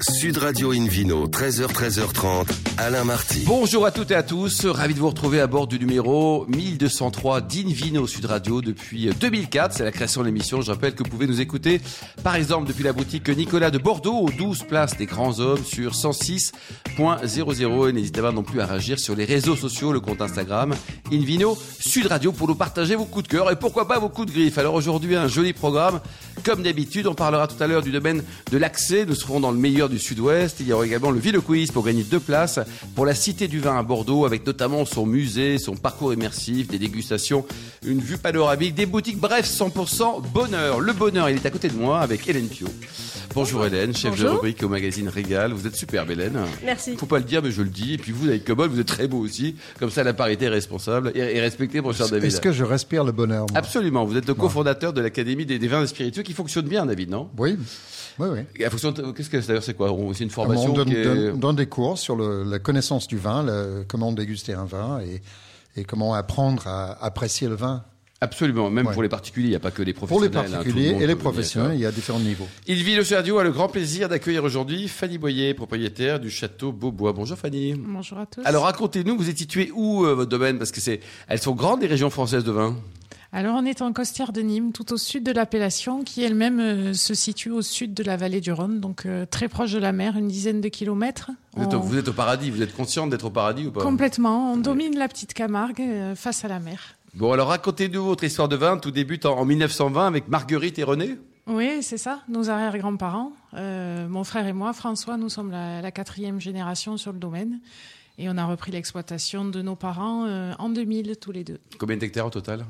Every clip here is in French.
Sud Radio Invino, 13h, 13h30, Alain Marty. Bonjour à toutes et à tous, ravi de vous retrouver à bord du numéro 1203 d'Invino Sud Radio depuis euh, 2004. C'est la création de l'émission. Je rappelle que vous pouvez nous écouter, par exemple, depuis la boutique Nicolas de Bordeaux, aux 12 places des grands hommes sur 106.00. Et n'hésitez pas non plus à réagir sur les réseaux sociaux, le compte Instagram Invino Sud Radio pour nous partager vos coups de cœur et pourquoi pas vos coups de griffe. Alors aujourd'hui, un joli programme. Comme d'habitude, on parlera tout à l'heure du domaine de l'accès. Nous serons dans le meilleur du Sud-Ouest. Il y aura également le Ville Quiz pour gagner deux places pour la Cité du Vin à Bordeaux, avec notamment son musée, son parcours immersif, des dégustations, une vue panoramique, des boutiques. Bref, 100% bonheur. Le bonheur, il est à côté de moi avec Hélène Pio. Bonjour Hélène, chef de Bonjour. rubrique au magazine Régal. Vous êtes superbe Hélène. Merci. Faut pas le dire, mais je le dis. Et puis vous, David Cobol, vous êtes très beau aussi. Comme ça, la parité est responsable et, et respectée, mon cher David. Est-ce que je respire le bonheur moi Absolument. Vous êtes le cofondateur de l'Académie des, des vins et spiritueux qui fonctionne bien, David, non Oui, oui, oui. Et à fonction de- Qu'est-ce que c'est d'ailleurs C'est quoi On- C'est une formation Ah, bah, on donne, qui est- donne- donne des cours sur le- la connaissance du vin, le- comment déguster un vin et, et comment apprendre à apprécier le vin. Absolument, même Ouais. pour les particuliers, il n'y a pas que les Pour les professionnels. hein, tout le particuliers monde et les peut venir, professionnels, il y a différents niveaux. quoi. Il vit le studio a le grand plaisir d'accueillir aujourd'hui Fanny Boyer, propriétaire du château Beaubois. Bonjour Fanny. Bonjour à tous. Alors Alors, racontez-nous, vous êtes situé où euh, votre domaine Parce que c'est, elles sont grandes les régions françaises de vin. on est en Costière de Nîmes, tout au sud de l'appellation, qui elle-même euh, se situe au sud de la vallée du Rhône, donc euh, très proche de la mer, une dizaine de kilomètres. Vous êtes, au, On- vous êtes au paradis, vous êtes consciente d'être au paradis ou pas Complètement, on domine la petite Camargue euh, face à la mer. Bon alors racontez-nous votre histoire de vin. Tout débute en, en 1920 avec Marguerite et René. Oui, c'est ça, nos arrière-grands-parents. Euh, mon frère et moi, François, nous sommes la, la quatrième génération sur le domaine. Et on a repris l'exploitation de nos parents euh, en 2000, tous les deux. Combien d'hectares au total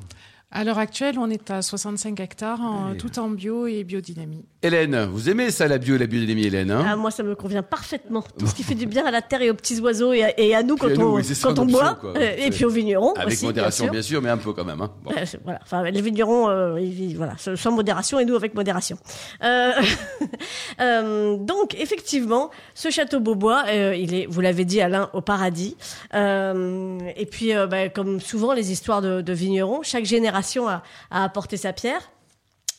À l'heure actuelle, on est à 65 hectares, en- tout en bio et biodynamie. Hélène, vous aimez ça la bio et la biodynamie Hélène hein Ah, moi, ça me convient parfaitement. Tout ce qui fait du bien à la terre et aux petits oiseaux et à, et à nous quand à nous, on, oui, c'est ça, quand on l'option, boit. quoi. Euh, Ouais. Et puis aux vignerons. Avec aussi, modération bien sûr. mais un peu quand même. hein. Bon. Euh, c'est- voilà. Enfin, les vignerons, euh, ils vivent, voilà, sans sans modération et nous avec modération. Euh, euh, donc, effectivement, ce château Beaubois, euh, il est, vous l'avez dit, Alain, au paradis. Euh, et puis, euh, bah, comme souvent les histoires de, de vignerons, chaque génération a, a apporté sa pierre.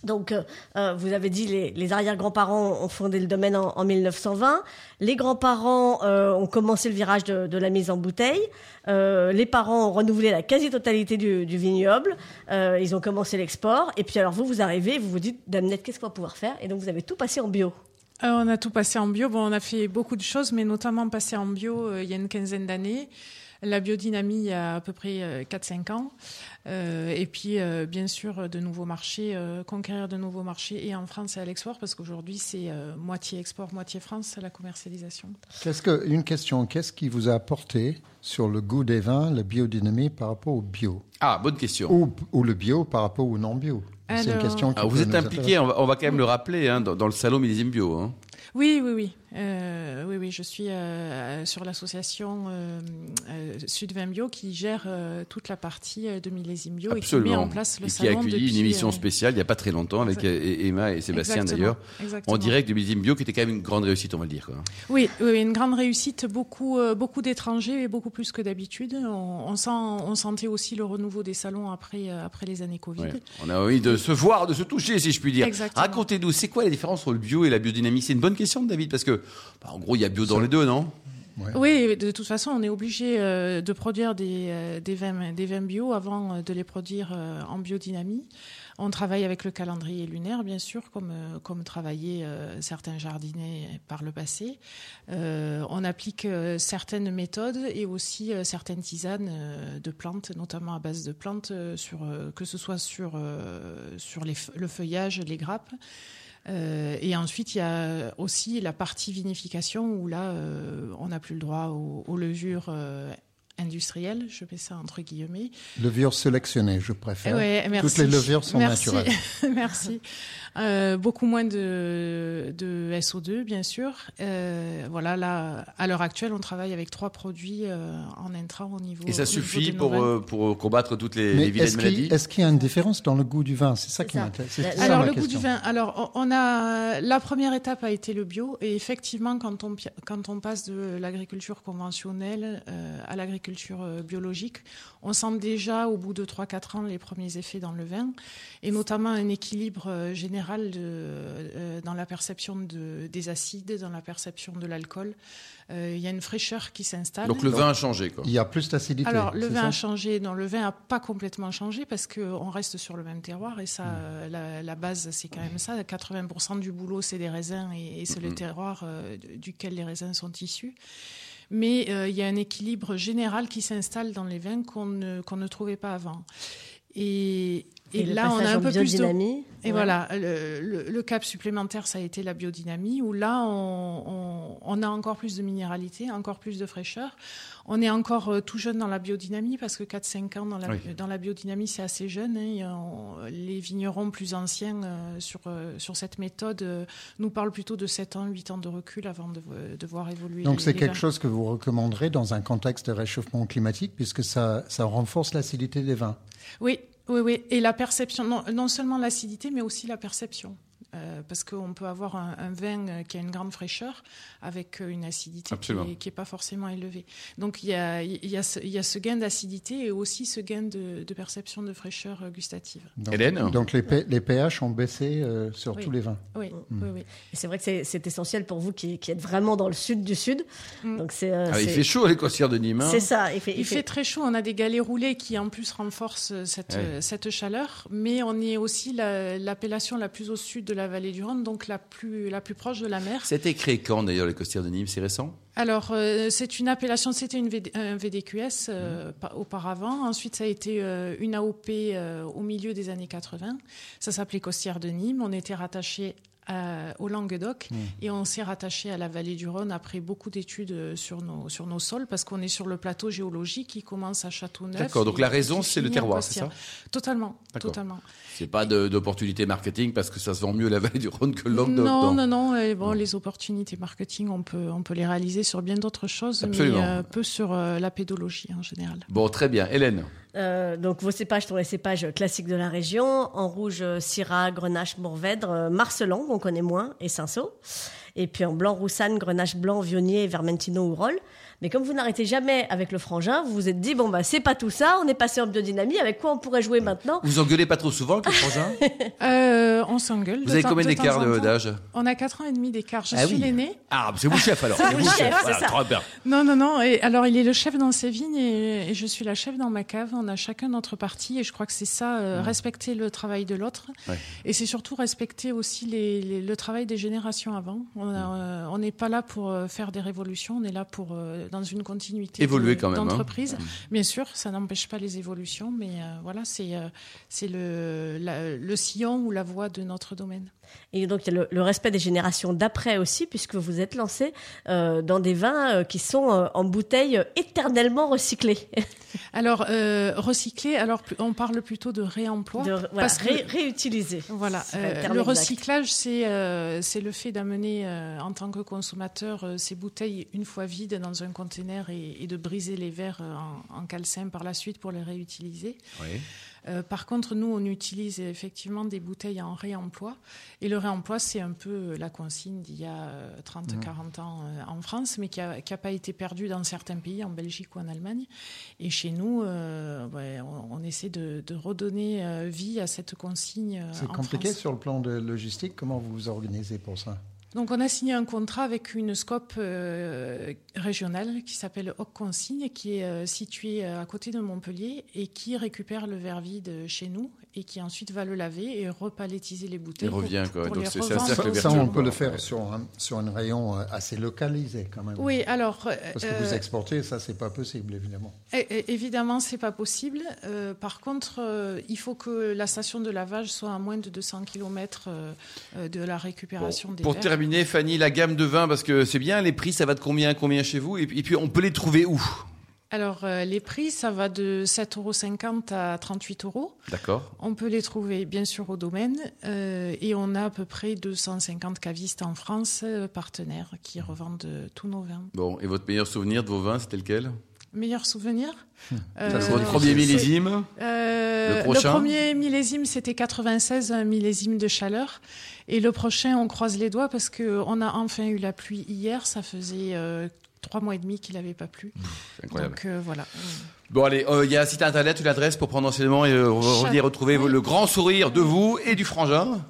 Donc, euh, euh, vous avez dit, les, les arrière-grands-parents ont fondé le domaine en, en 1920. Les grands-parents euh, ont commencé le virage de, de la mise en bouteille. Euh, les parents ont renouvelé la quasi-totalité du, du vignoble. Euh, ils ont commencé l'export. Et puis, alors, vous, vous arrivez, vous vous dites, Damnette, qu'est-ce qu'on va pouvoir faire Et donc, vous avez tout passé en bio. Euh, on a tout passé en bio. Bon, on a fait beaucoup de choses, mais notamment passé en bio euh, il y a une quinzaine d'années. La biodynamie, il y a à peu près euh, 4-5 ans. Euh, et puis, euh, bien sûr, de nouveaux marchés, euh, conquérir de nouveaux marchés, et en France et à l'export, parce qu'aujourd'hui, c'est euh, moitié export, moitié France, la commercialisation. Qu'est-ce que, une question, qu'est-ce qui vous a apporté sur le goût des vins, la biodynamie par rapport au bio Ah bonne question. ou, ou le bio par rapport au non-bio C'est une Alors- question qui Alors, Ah, vous peut êtes nous impliqué, on va, on va quand même le rappeler, hein, dans, dans le salon Millésime Bio. hein. Oui, oui, oui. Euh, oui, oui, je suis euh, sur l'association euh, euh, Sud Vin Bio qui gère euh, toute la partie euh, de millésime bio et qui met en place le Et qui a salon accueilli depuis, une émission euh, spéciale il n'y a pas très longtemps avec euh, Emma et Sébastien exactement, d'ailleurs. En exactement. direct du Millésime Bio qui était quand même une grande réussite, on va le dire. Quoi. Oui, oui, oui, une grande réussite, beaucoup, euh, beaucoup d'étrangers et beaucoup plus que d'habitude. On, on sent, on sentait aussi le renouveau des salons après, euh, après les années Covid. Ouais. On a envie de se voir, de se toucher, si je puis dire. Exactement. Racontez-nous, c'est quoi la différence entre le bio et la biodynamie C'est une bonne question, David, parce que, bah, en gros, il y a bio dans les deux, non Oui, de toute façon, on est obligé euh, de produire des, euh, des, vins, des vins bio avant euh, de les produire euh, en biodynamie. On travaille avec le calendrier lunaire, bien sûr, comme, euh, comme travaillaient euh, certains jardiniers par le passé. Euh, on applique euh, certaines méthodes et aussi euh, certaines tisanes euh, de plantes, notamment à base de plantes, euh, sur, euh, que ce soit sur, euh, sur les, fe- le feuillage, les grappes. Euh, et ensuite, il y a aussi la partie vinification où là, euh, on n'a plus le droit aux, aux levures euh, industrielles, je mets ça entre guillemets. Levure sélectionnée, je préfère. Eh Ouais, merci. Eh Toutes les levures sont Merci. naturelles. merci. Euh, beaucoup moins de, de SO2, bien sûr. Euh, voilà, là, à l'heure actuelle, on travaille avec trois produits euh, en intrant au niveau. Et ça au niveau suffit des pour, nouvelles. euh, pour combattre toutes les, Mais les vilaines est-ce maladies qu'il, est-ce qu'il y a une différence dans le goût du vin C'est ça C'est qui ça. m'intéresse. c'est Alors, ça Alors ma le goût question. du vin. Alors on on a la première étape a été le bio et effectivement quand on pi- quand on passe de l'agriculture conventionnelle euh, à l'agriculture l'agriculture euh, biologique. On sent déjà au bout de 3-4 ans les premiers effets dans le vin et notamment un équilibre euh, général de, euh, dans la perception de- des acides, dans la perception de l'alcool. Euh, Il y a une fraîcheur qui s'installe. Donc le vin a changé, quoi. Il y a plus d'acidité. Alors, le c'est vin ça a changé. Non, le vin n'a pas complètement changé parce qu'on reste sur le même terroir et Hmm. ça, euh, la, la base, c'est quand même ça. 80% du boulot, c'est des raisins et, et c'est le Hmm. Mhm. terroir euh, du- duquel les raisins sont issus. Mais euh, il y a un équilibre général qui s'installe dans les vins qu'on ne, qu'on ne trouvait pas avant. Et, et le là, on a passage un en peu plus de biodynamie, et ouais. voilà, le, le- le cap supplémentaire, ça a été la biodynamie, où là, on, on- on a encore plus de minéralité, encore plus de fraîcheur. On est encore euh, tout jeune dans la biodynamie, parce que 4-5 ans dans la, Oui. dans la biodynamie, c'est assez jeune. hein. Et on- les vignerons plus anciens euh, sur, euh, sur cette méthode euh, nous parlent plutôt de 7 ans, 8 ans de recul avant de, euh, de voir évoluer. Donc les- c'est les quelque vins. chose que vous recommanderez dans un contexte de réchauffement climatique puisque ça, ça renforce l'acidité des vins. Oui, oui, oui. Et la perception, non, non seulement l'acidité, mais aussi la perception. Euh, parce qu'on peut avoir un, un vin euh, qui a une grande fraîcheur avec euh, une acidité qui Absolument. est- qui n'est pas forcément élevée. Donc il y a, il y a ce, il y a ce gain d'acidité et aussi ce gain de, de perception de fraîcheur euh, gustative. Donc, Hélène donc les, P- les pH ont baissé euh, sur Oui. tous les vins. Oui, oui, oui. Et C'est vrai que c'est- c'est essentiel pour vous qui, qui êtes vraiment dans le sud du sud. Mm. Donc c'est euh, Ah, il c'est- fait chaud à l'équateur de Nîmes. hein. c'est ça. Il fait, Il fait très chaud, on a des galets roulés qui en plus renforcent euh, cette, Ouais. euh, cette chaleur, mais on est aussi la- l'appellation la, plus au sud de la vallée du Rhône, donc la plus, la plus proche de la mer. C'était créé quand d'ailleurs l'équateur de Nîmes C'est récent Alors, euh, c'est une appellation, c'était une VD un VDQS euh, Mmh. pa- auparavant. Ensuite, ça a été euh, une AOP euh, au milieu des années 80. Ça s'appelait Costière de Nîmes. On était rattaché à- au Languedoc Mmh. et on s'est rattaché à la vallée du Rhône après beaucoup d'études euh, sur nos, sur nos sols parce qu'on est sur le plateau géologique qui commence à Châteauneuf. D'accord, donc et la qui raison, c'est le finit à terroir, c'est ça Costières. Totalement, D'accord. totalement. C'est pas de- d'opportunité marketing parce que ça se vend mieux la vallée du Rhône que le Languedoc. Non, donc. non, non. Et bon, Non. les opportunités marketing, on peut, on peut les réaliser sur bien d'autres choses, Absolument. mais euh, peu sur euh, la pédologie en général. Bon, très bien. Hélène, Euh, donc vos cépages sont les cépages classiques de la région. En rouge, euh, Syrah, Grenache, Mourvèdre, euh, Marcelan, qu'on connaît moins, et Cinsault. Et puis en blanc, Roussanne, Grenache blanc, Vionnier, Vermentino ou Roll. Mais comme vous n'arrêtez jamais avec le frangin, vous vous êtes dit, bon, bah, c'est pas tout ça, on est passé en biodynamie, avec quoi on pourrait jouer maintenant vous engueulez pas trop souvent avec le frangin Euh, on s'engueule. de Vous avez temps- combien de temps d'écart en de- temps. d'âge On a 4 ans et demi d'écart. Je Ah suis oui. l'aîné. Ah, c'est vous chef alors. C'est vous vous chef, c'est Voilà, ça. très bien. Non, non, non. Et, alors, il est le chef dans ses vignes et, et je suis la chef dans ma cave. On a chacun notre partie et je crois que c'est ça, euh, respecter le travail de l'autre. Ouais. Et c'est surtout respecter aussi les- les- le travail des générations avant. On Mm. a, euh, on n'est pas là pour euh, faire des révolutions, on est là pour, euh, dans une continuité Évoluer de- quand même, hein. d'entreprise. Bien sûr, ça n'empêche pas les évolutions, mais euh, voilà, c'est euh, c'est le, la- le sillon ou la voie de notre domaine. Et donc, il y a le, le respect des générations d'après aussi, puisque vous êtes lancé euh, dans des vins euh, qui sont euh, en bouteille euh, éternellement recyclés. Alors, euh, recycler, alors pl- on parle plutôt de réemploi. De- voilà, Oh, parce que- ré- réutilisés. Voilà, C'est pas le euh, terme le exact. recyclage, c'est euh, c'est le fait d'amener euh, en tant que consommateur euh, ces bouteilles une fois vides dans un conteneur et, et de briser les verres euh, en, en calcin par la suite pour les réutiliser. Oui. Euh, par contre, nous, on utilise effectivement des bouteilles en réemploi. Et le réemploi, c'est un peu la consigne d'il y a euh, 30, 40 ans euh, en France, mais qui n'a pas été perdue dans certains pays, en Belgique ou en Allemagne. Et chez nous, euh, ouais, on, on essaie de, de redonner euh, vie à cette consigne. euh, C'est en compliqué France. sur le plan de logistique. Comment vous vous organisez pour ça Donc on a signé un contrat avec une scope euh, régionale qui s'appelle Hoc Consigne, qui est euh, située euh, à côté de Montpellier et qui récupère le verre vide euh, chez nous et qui ensuite va le laver et repalettiser les Il bouteilles. pour- revient quoi. pour Donc les c'est c'est un revendre. cercle Ça, vertueux. ça, on peut quoi. le faire sur un, sur un rayon euh, assez localisé quand même. Oui, alors euh, Parce que vous exportez, ça, c'est pas possible, évidemment. É- é- Eh, Évidemment, c'est pas possible. Euh, par contre, euh, il faut que la station de lavage soit à moins de 200 km euh, de la Bon, récupération des Pour verres. terminer, Fanny, la gamme de vins, parce que c'est bien, les prix, ça va de combien à combien chez vous et puis, et puis, on peut les trouver où Alors, euh, les prix, ça va de 7,50 euros à 38 euros. D'accord. On peut les trouver bien sûr au domaine euh, et on a à peu près 250 cavistes en France euh, partenaires qui revendent euh, tous nos vins. Bon, et votre meilleur souvenir de vos vins, c'était lequel Meilleur souvenir Ça, c'est euh, Votre premier c'est- millésime euh, Le le, prochain premier millésime, c'était 96, un millésime de chaleur. Et le prochain, on croise les doigts parce que on a enfin eu la pluie hier. Ça faisait euh, trois mois et demi qu'il n'avait pas plu. C'est incroyable. Donc euh, voilà. Bon, allez, euh, il y a un site internet, une adresse pour prendre enseignement et euh, revenir retrouver le grand sourire de vous et du frangin.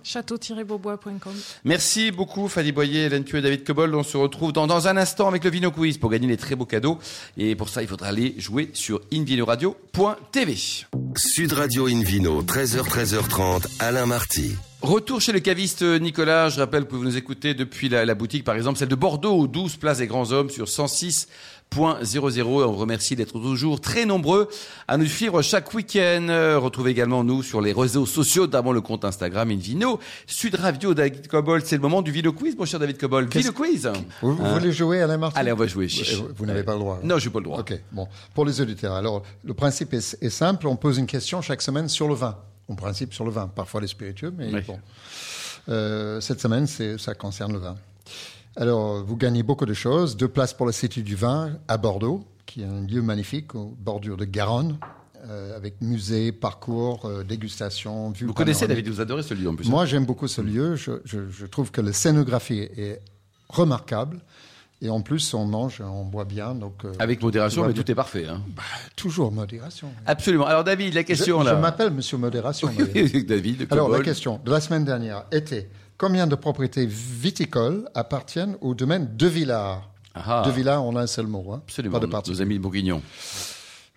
Château-beaubois.com. Merci beaucoup, Fadi Boyer, Hélène Thieu et David Cobold. On se retrouve dans, dans un instant avec le Vino Quiz pour gagner les très beaux cadeaux. Et pour ça, il faudra aller jouer sur invinoradio.tv. Sud Radio Invino, 13h, 13h30, Alain Marty. Retour chez le caviste Nicolas. Je rappelle que vous nous écoutez depuis la, la boutique, par exemple, celle de Bordeaux, au 12 Place des Grands Hommes sur 106.00. Et On vous remercie d'être toujours très nombreux à nous suivre chaque week-end. Euh, Retrouvez également nous sur les réseaux sociaux, notamment le compte Instagram Invino. Sud Radio, David Cobold, c'est le moment du Vino Quiz, mon cher David Cobold. Vino Quiz Vous, vous Hein. voulez jouer à la marque Allez, on va jouer. Vous, euh, vous n'avez pas le droit. Non, j'ai pas le droit. Ok, bon. Pour les auditeurs, alors, le principe est, est simple. On pose une question chaque semaine sur le vin. En principe, sur le vin. Parfois les spiritueux, mais Oui. bon. Euh, cette semaine, c'est- ça concerne le vin. Alors, vous gagnez beaucoup de choses. Deux places pour la Cité du Vin à Bordeaux, qui est un lieu magnifique, au bordure de Garonne, euh, avec musée, parcours, euh, dégustation, vue Vous connaissez panoramique. David, Hmm. vous adorez ce lieu en plus. Ah Moi, j'aime beaucoup ce lieu. Je, je- je trouve que la scénographie est remarquable. Et en plus, on mange, on boit bien. Donc, euh, Avec modération, Ouais, mais bien. tout est parfait. hein. toujours modération. Absolument. Alors David, la question je je là. m'appelle Monsieur Modération. d'ailleurs. David, Alors, la Cobold. question de la semaine dernière était combien de propriétés viticoles appartiennent au domaine de Villars Ah, De Villars, on a un seul mot. hein. absolument. Pas de nos- partie. nos amis de Bourguignon.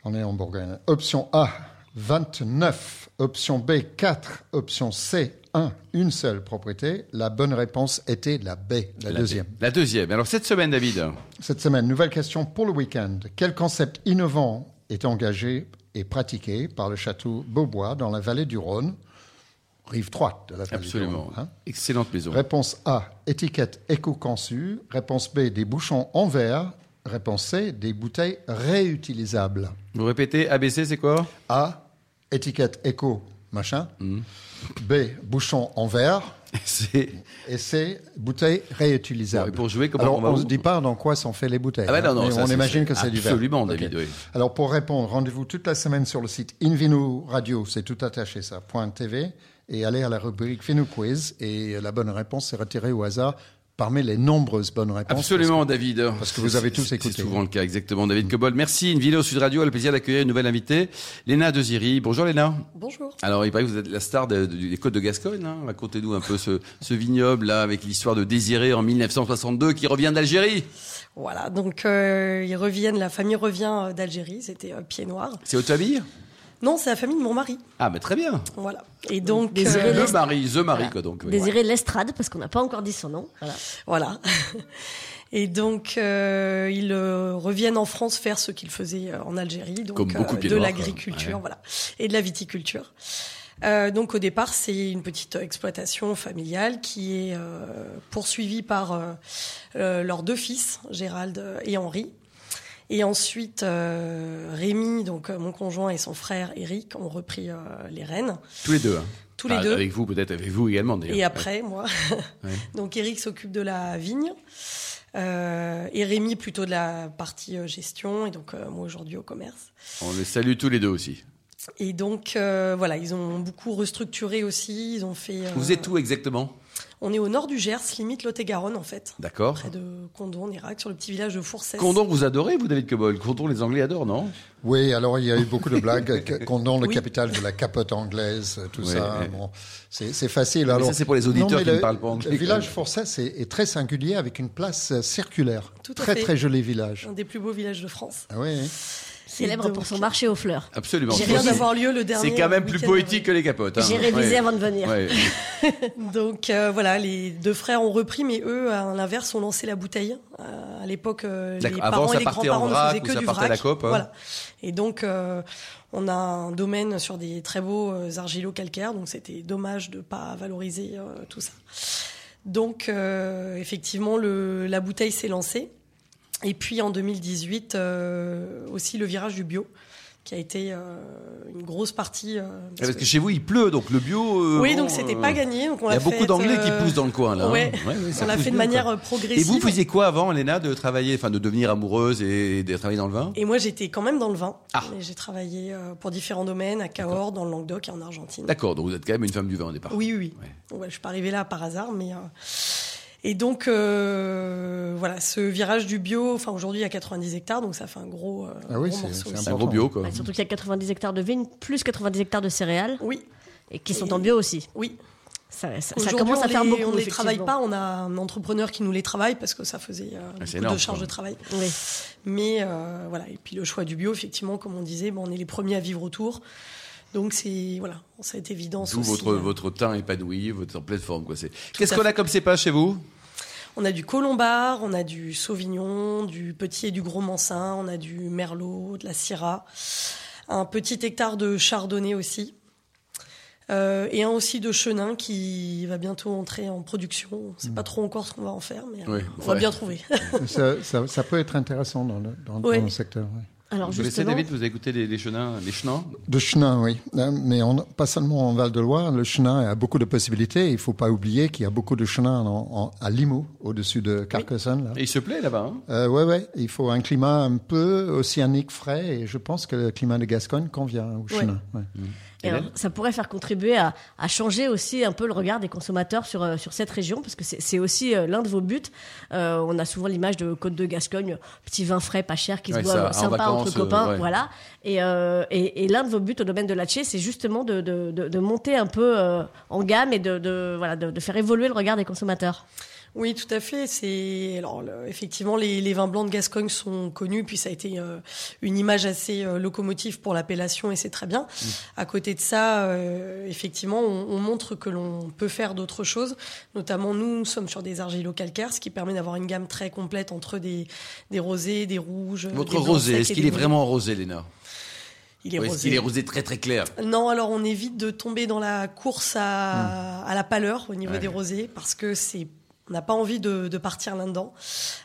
On est en Bourgogne. Option A, 29. Option B, 4. Option C, 1. Une seule propriété. La bonne réponse était la B, la, deuxième. La deuxième. Alors cette semaine, David, Cette semaine, nouvelle question pour le week-end. Quel concept innovant est engagé et pratiqué par le château Beaubois dans la vallée du Rhône, rive droite de la vallée du absolument. Rhône hein Excellente maison. Réponse A, étiquette éco-conçue. Réponse B, des bouchons en verre. Réponse C, des bouteilles réutilisables. Vous répétez, ABC, c'est quoi A, étiquette éco, machin. Hmm. B, bouchon en verre. C'est. Et C, bouteille réutilisable. Bon, et pour jouer, comment Alors, on va- on ne dit pas dans quoi sont faites les bouteilles. hein, Ah bah non, non, mais ça, on c'est- imagine que c'est du verre. absolument, Ok. David, oui. Alors, pour répondre, rendez-vous toute la semaine sur le site Invino Radio, c'est tout attaché ça, point .tv, et allez à la rubrique Vino Quiz, et la bonne réponse est retirée au hasard parmi les nombreuses bonnes réponses. Absolument, David. parce que vous avez tous C'est- écouté. C'est souvent le cas, exactement. David Cobold, merci. Une vidéo Sud Radio a le plaisir d'accueillir une nouvelle invitée, Léna Deziri. Bonjour, Léna. Bonjour. Alors, il paraît que vous êtes la star de- de- des Côtes de Gascogne. hein. Racontez-nous un peu ce, ce vignoble-là avec l'histoire de Désiré en 1962 qui revient d'Algérie. Voilà, donc euh, ils reviennent, la famille revient euh, d'Algérie, c'était euh, Pied Noir. C'est Otabir Non, c'est la famille de mon mari. Ah, mais très bien. Voilà. Et donc, Désiré euh, Le Lest- mari, The Mari, quoi, donc. oui. Désiré Lestrade, parce qu'on n'a pas encore dit son nom. Voilà. voilà. Et donc, euh, ils euh, reviennent en France faire ce qu'ils faisaient euh, en Algérie, donc euh, Comme beaucoup Pied de Noir, quoi. l'agriculture, Ouais. voilà, et de la viticulture. Euh, donc au départ, c'est une petite exploitation familiale qui est euh, poursuivie par euh, euh, leurs deux fils, Gérald et Henri. Et ensuite, euh, Rémi, donc euh, mon conjoint et son frère Eric ont repris euh, les rênes, Tous les deux. hein. tous les Bah, deux. Avec vous, peut-être, avec vous également, d'ailleurs. Et après, moi. Ouais. Donc Eric s'occupe de la vigne. euh, et Rémi plutôt de la partie euh, gestion et donc euh, moi aujourd'hui au commerce. On les salue tous les deux aussi. Et donc euh, voilà, ils ont beaucoup restructuré aussi, ils ont fait... euh, Vous êtes où exactement On est au nord du Gers, limite Lot-et-Garonne en fait, D'accord. près de Condon, en Irak, sur le petit village de Foursès. Condon, vous adorez, vous, David Cobold Condon, les Anglais adorent, non Oui, alors il y a eu beaucoup de blagues que- condamnant le Oui. capital de la capote anglaise, tout Ouais, ça. ouais. Bon, c'est c'est facile. Mais alors, ça, c'est pour les auditeurs mais qui le- ne parlent pas anglais. Le village Forçès est, est très singulier avec une place euh, circulaire. Tout à très fait. très joli village. Un des plus beaux villages de France. Ah oui. Célèbre donc- pour son marché aux fleurs. Absolument. J'ai C'est- rien c'est- d'avoir lieu le dernier. C'est quand même plus week-end poétique que les capotes. hein. J'ai révisé Ouais. avant de venir. Ouais. Donc euh, voilà, les deux frères ont repris, mais eux, à l'inverse, ont lancé la bouteille. Euh, à l'époque, euh, les D'accord. parents Avant, ça et les partait en grands-parents vrac ne faisaient ou que ça du partait à vrac. la cope, hein. Voilà. Et donc, euh, on a un domaine sur des très beaux euh, argilo-calcaires, donc c'était dommage de pas valoriser euh, tout ça. Donc, euh, effectivement, le, la bouteille s'est lancée. Et puis en 2018, euh, aussi le virage du bio, qui a été euh, une grosse partie. euh, parce Ah, Parce que- que chez vous, il pleut, donc le bio. euh, oui, bon, donc c'était euh, pas gagné. Donc on Il y a l'a beaucoup fait, d'anglais qui euh, poussent dans le coin, là. hein. ouais. Ouais, ouais, ça on l'a pousse fait de bien, manière quoi. euh, Et progressive. vous faisiez quoi avant, Léna, de travailler, enfin de devenir amoureuse et de travailler dans le vin Et moi, j'étais quand même dans le vin. Ah. Et J'ai travaillé euh, pour différents domaines, à Cahors, dans le Languedoc et en Argentine. D'accord, donc vous êtes quand même une femme du vin au départ. Oui, oui, oui. Ouais. Bon, bah, je suis pas arrivée là par hasard, mais. euh, Et donc, euh, voilà, ce virage du bio, enfin aujourd'hui il y a 90 hectares, donc ça fait un gros, euh, Ah oui, gros c'est- morceau c'est aussi. C'est un gros bio, quoi. Bah, Ouais, surtout qu'il y a 90 hectares de vignes, plus 90 hectares de céréales, Oui, et qui Et- sont en bio aussi. oui. Ça, ça- ça Aujourd'hui, commence à on faire les- beaucoup. On ne les effectivement. travaille pas, on a un entrepreneur qui nous les travaille parce que ça faisait euh, Ah, c'est beaucoup énorme, de charges quoi. de travail. Oui. Mais euh, voilà, et puis le choix du bio, effectivement, comme on disait, ben, on est les premiers à vivre autour. Donc c'est voilà, ça est évidence D'où aussi. euh, hein. votre, votre teint épanoui, votre plateforme, quoi. C'est... Qu'est-ce qu'on a comme cépage chez vous On a du colombard, on a du sauvignon, du petit et du gros mansin, on a du merlot, de la syrah, un petit hectare de chardonnay aussi. Euh, et un aussi de chenin qui va bientôt entrer en production. On ne sait pas trop encore ce qu'on va en faire, mais euh, Ouais, on va Hmm. ouais. bien trouver. ça, ça- ça peut être intéressant dans le, dans- Oui. dans le secteur. oui. Alors Vous connaissez justement, David, vous avez goûté les, les chenins, les chenins De chenin, oui. Euh, Mais on, pas seulement en Val-de-Loire, le chenin a beaucoup de possibilités. Il ne faut pas oublier qu'il y a beaucoup de chenin en- en- à Limoux, au-dessus de Carcassonne. Là. Et il se plaît là-bas, hein Euh, ouais, ouais. Il faut un climat un peu océanique frais et je pense que le climat de Gascogne convient au chenin. ouais. et alors, ça pourrait faire contribuer à, à changer aussi un peu le regard des consommateurs sur, euh, sur cette région, parce que c'est c'est aussi euh, l'un de vos buts. Euh, on a souvent l'image de Côte de Gascogne, petit vin frais, pas cher, qui Ouais, se boit ça, euh, en sympa vacances, entre copains, euh, ouais. voilà. Et, euh, et, et l'un de vos buts au domaine de la Tché, c'est justement de, de, de, de monter un peu euh, en gamme et de, de, voilà, de, de faire évoluer le regard des consommateurs. Oui, tout à fait. C'est alors le- effectivement les, les vins blancs de Gascogne sont connus, puis ça a été euh, une image assez euh, locomotive pour l'appellation et c'est très bien. Mm. À côté de ça, euh, effectivement, on, on montre que l'on peut faire d'autres choses. Notamment, nous, nous sommes sur des argilo-calcaires, ce qui permet d'avoir une gamme très complète entre des, des rosés, des rouges. Votre des blancs rosé, secs est-ce et qu'il des est blancs. vraiment rosé, Léna Il est Ou Est-ce rosé. qu'il est rosé très très clair Non, alors on évite de tomber dans la course à, à la pâleur au niveau Hmm. Ouais. des rosés parce que c'est on n'a pas envie de, de partir là-dedans.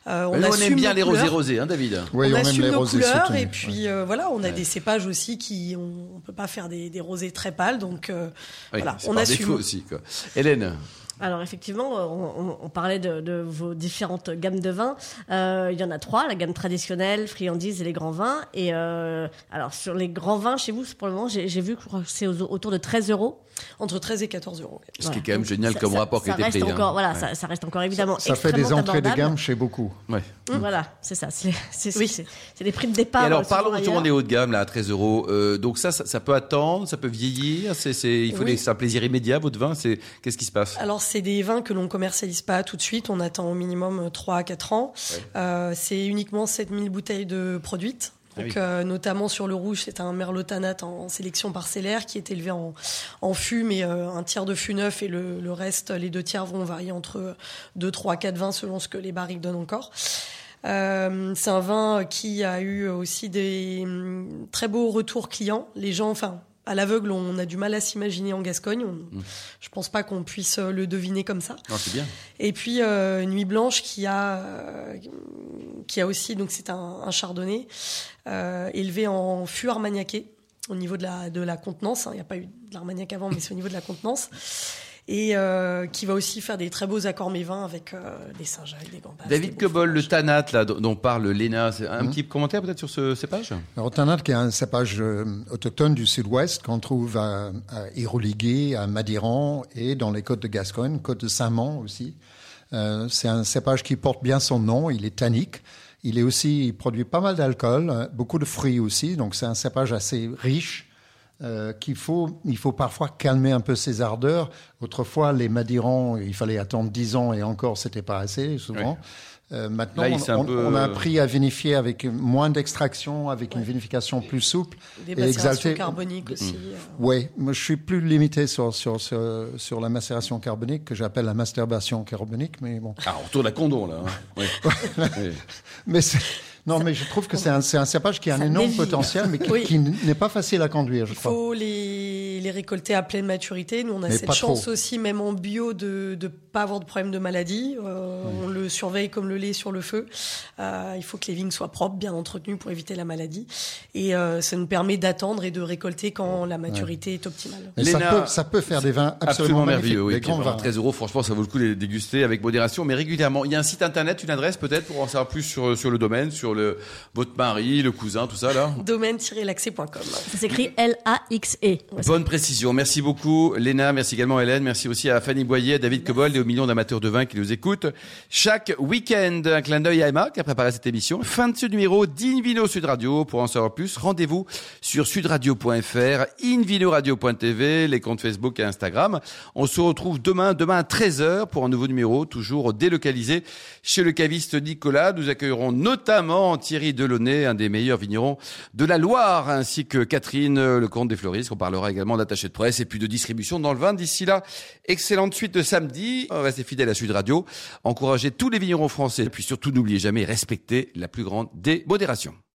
Euh, Nous, on assume aime bien nos les rosés couleurs. rosés, hein, David Oui, on, on aime assume les nos rosés couleurs surtout, et ouais. puis euh, voilà, on a Ouais. des cépages aussi qui on, on peut pas faire des, des rosés très pâles donc euh, Oui, voilà, c'est on par assume. défaut aussi, quoi. Hélène, Alors effectivement, euh, on, on- on parlait de, de vos différentes gammes de vins. Euh, il y en a trois la gamme traditionnelle, friandise et les grands vins. Et euh, alors sur les grands vins chez vous, pour le moment, j'ai j'ai vu que je crois que c'est aux- autour de 13 euros. Entre 13 et 14 euros. ce Voilà. qui est quand même Donc, génial ça- comme ça- rapport qui ça a été reste pris. hein. encore, Voilà, Ouais. ça, ça reste encore évidemment Ça fait des extrêmement entrées de abordable. gamme chez beaucoup. Ouais. Mm. Voilà, c'est ça. C'est c'est- Oui. c'est- c'est des prix de départ. Et euh, alors, souvent parlons ailleurs. justement des hauts de gamme, là, à 13 euros. Euh, Donc ça, ça, ça peut attendre, ça peut vieillir. C'est, c'est, il faut Oui. des- c'est un plaisir immédiat, votre vin. C'est, qu'est-ce qui se passe Alors, c'est des vins que l'on commercialise pas tout de suite. On attend au minimum 3 à 4 ans. Euh, c'est uniquement 7000 bouteilles de produites. Ah Donc, oui. euh, notamment sur le rouge, c'est un merlot tanat en sélection parcellaire qui est élevé en, en fût, mais euh, un tiers de fût neuf et le, le reste, les deux tiers vont varier entre 2, 3, 4 vins selon ce que les barriques donnent encore. Euh, c'est un vin qui a eu aussi des hum, très beaux retours clients. Les gens, enfin, à l'aveugle, on a du mal à s'imaginer en Gascogne. On- Je pense pas qu'on puisse euh, le deviner comme ça. Non, c'est bien. Et puis euh, Nuit Blanche qui a euh, qui a aussi donc c'est un, un chardonnay euh, élevé en fût armagnaqué au niveau de la de la contenance. hein. Il n'y a pas eu de l'armagnac avant, mais c'est au niveau de la contenance. Et euh, qui va aussi faire des très beaux accords mévins avec euh, des Saint-Jacques, des gambas. David Kebol, le Tanat, là, dont- dont parle Léna. C'est un petit commentaire peut-être sur ce cépage Alors, Tanat, qui est un cépage euh, autochtone du sud-ouest qu'on trouve à, à Iroligui, à Madiran et dans les côtes de Gascogne, côte de Saint-Mand aussi. Euh, c'est un cépage qui porte bien son nom, il est tannique. Il est aussi, il produit pas mal d'alcool, euh, beaucoup de fruits aussi, donc c'est un cépage assez riche. euh, qu'il faut, il faut parfois calmer un peu ses ardeurs. Autrefois, les Madirans, il fallait attendre 10 ans et encore, c'était pas assez, souvent. Euh, maintenant, Là, il on- s'est un on- peu- on a appris à vinifier avec moins d'extraction, avec une vinification plus souple Des et macérations exaltée. carboniques aussi. euh. Oui, moi je suis plus limité sur, sur, sur, sur la macération carbonique que j'appelle la masturbation carbonique, mais bon. Ah, on retourne à Condon, là. hein. Ouais. Ouais. Mais c'est- non, mais je trouve que c'est un, c'est un cépage qui a un Ça énorme dévie. potentiel, mais qui, Oui. qui n'est pas facile à conduire, je Il crois. faut les, les récolter à pleine maturité. Nous, on a Mais cette pas chance trop. aussi, même en bio, de ne pas avoir de problème de maladie. Euh, On le surveille comme le lait sur le feu. Euh, il faut que les vignes soient propres, bien entretenues pour éviter la maladie. Et euh, ça nous permet d'attendre et de récolter quand la maturité est optimale. Mais ça Léna, peut, ça peut faire des vins absolument, Absolument merveilleux, oui. magnifiques, des Puis, grands vraiment, vins. 13 euros, franchement, ça vaut le coup de les déguster avec modération, mais régulièrement. Il y a un site internet, une adresse peut-être pour en savoir plus sur, sur le domaine, sur sur le votre mari, le cousin, tout ça là Domaine-laxé.com. Ça s'écrit L-A-X-E. Bonne précision. Merci beaucoup, Léna. Merci également, Hélène. Merci aussi à Fanny Boyer, à David Cobold et aux millions d'amateurs de vin qui nous écoutent chaque week-end. Un clin d'œil à Emma qui a préparé cette émission. Fin de ce numéro d'Invino Sud Radio. Pour en savoir plus, rendez-vous sur sudradio.fr, invinoradio.tv, les comptes Facebook et Instagram. On se retrouve demain, demain à 13h pour un nouveau numéro, toujours délocalisé chez le caviste Nicolas. Nous accueillerons notamment Thierry Delaunay, un des meilleurs vignerons de la Loire, ainsi que Catherine euh, le comte des Fleuristes. On parlera également d'attaché de presse et puis de distribution dans le vin. D'ici là, excellente suite de samedi. Euh, Restez fidèles à Sud Radio. Encouragez tous les vignerons français. Et puis surtout, n'oubliez jamais, respectez la plus grande des modérations.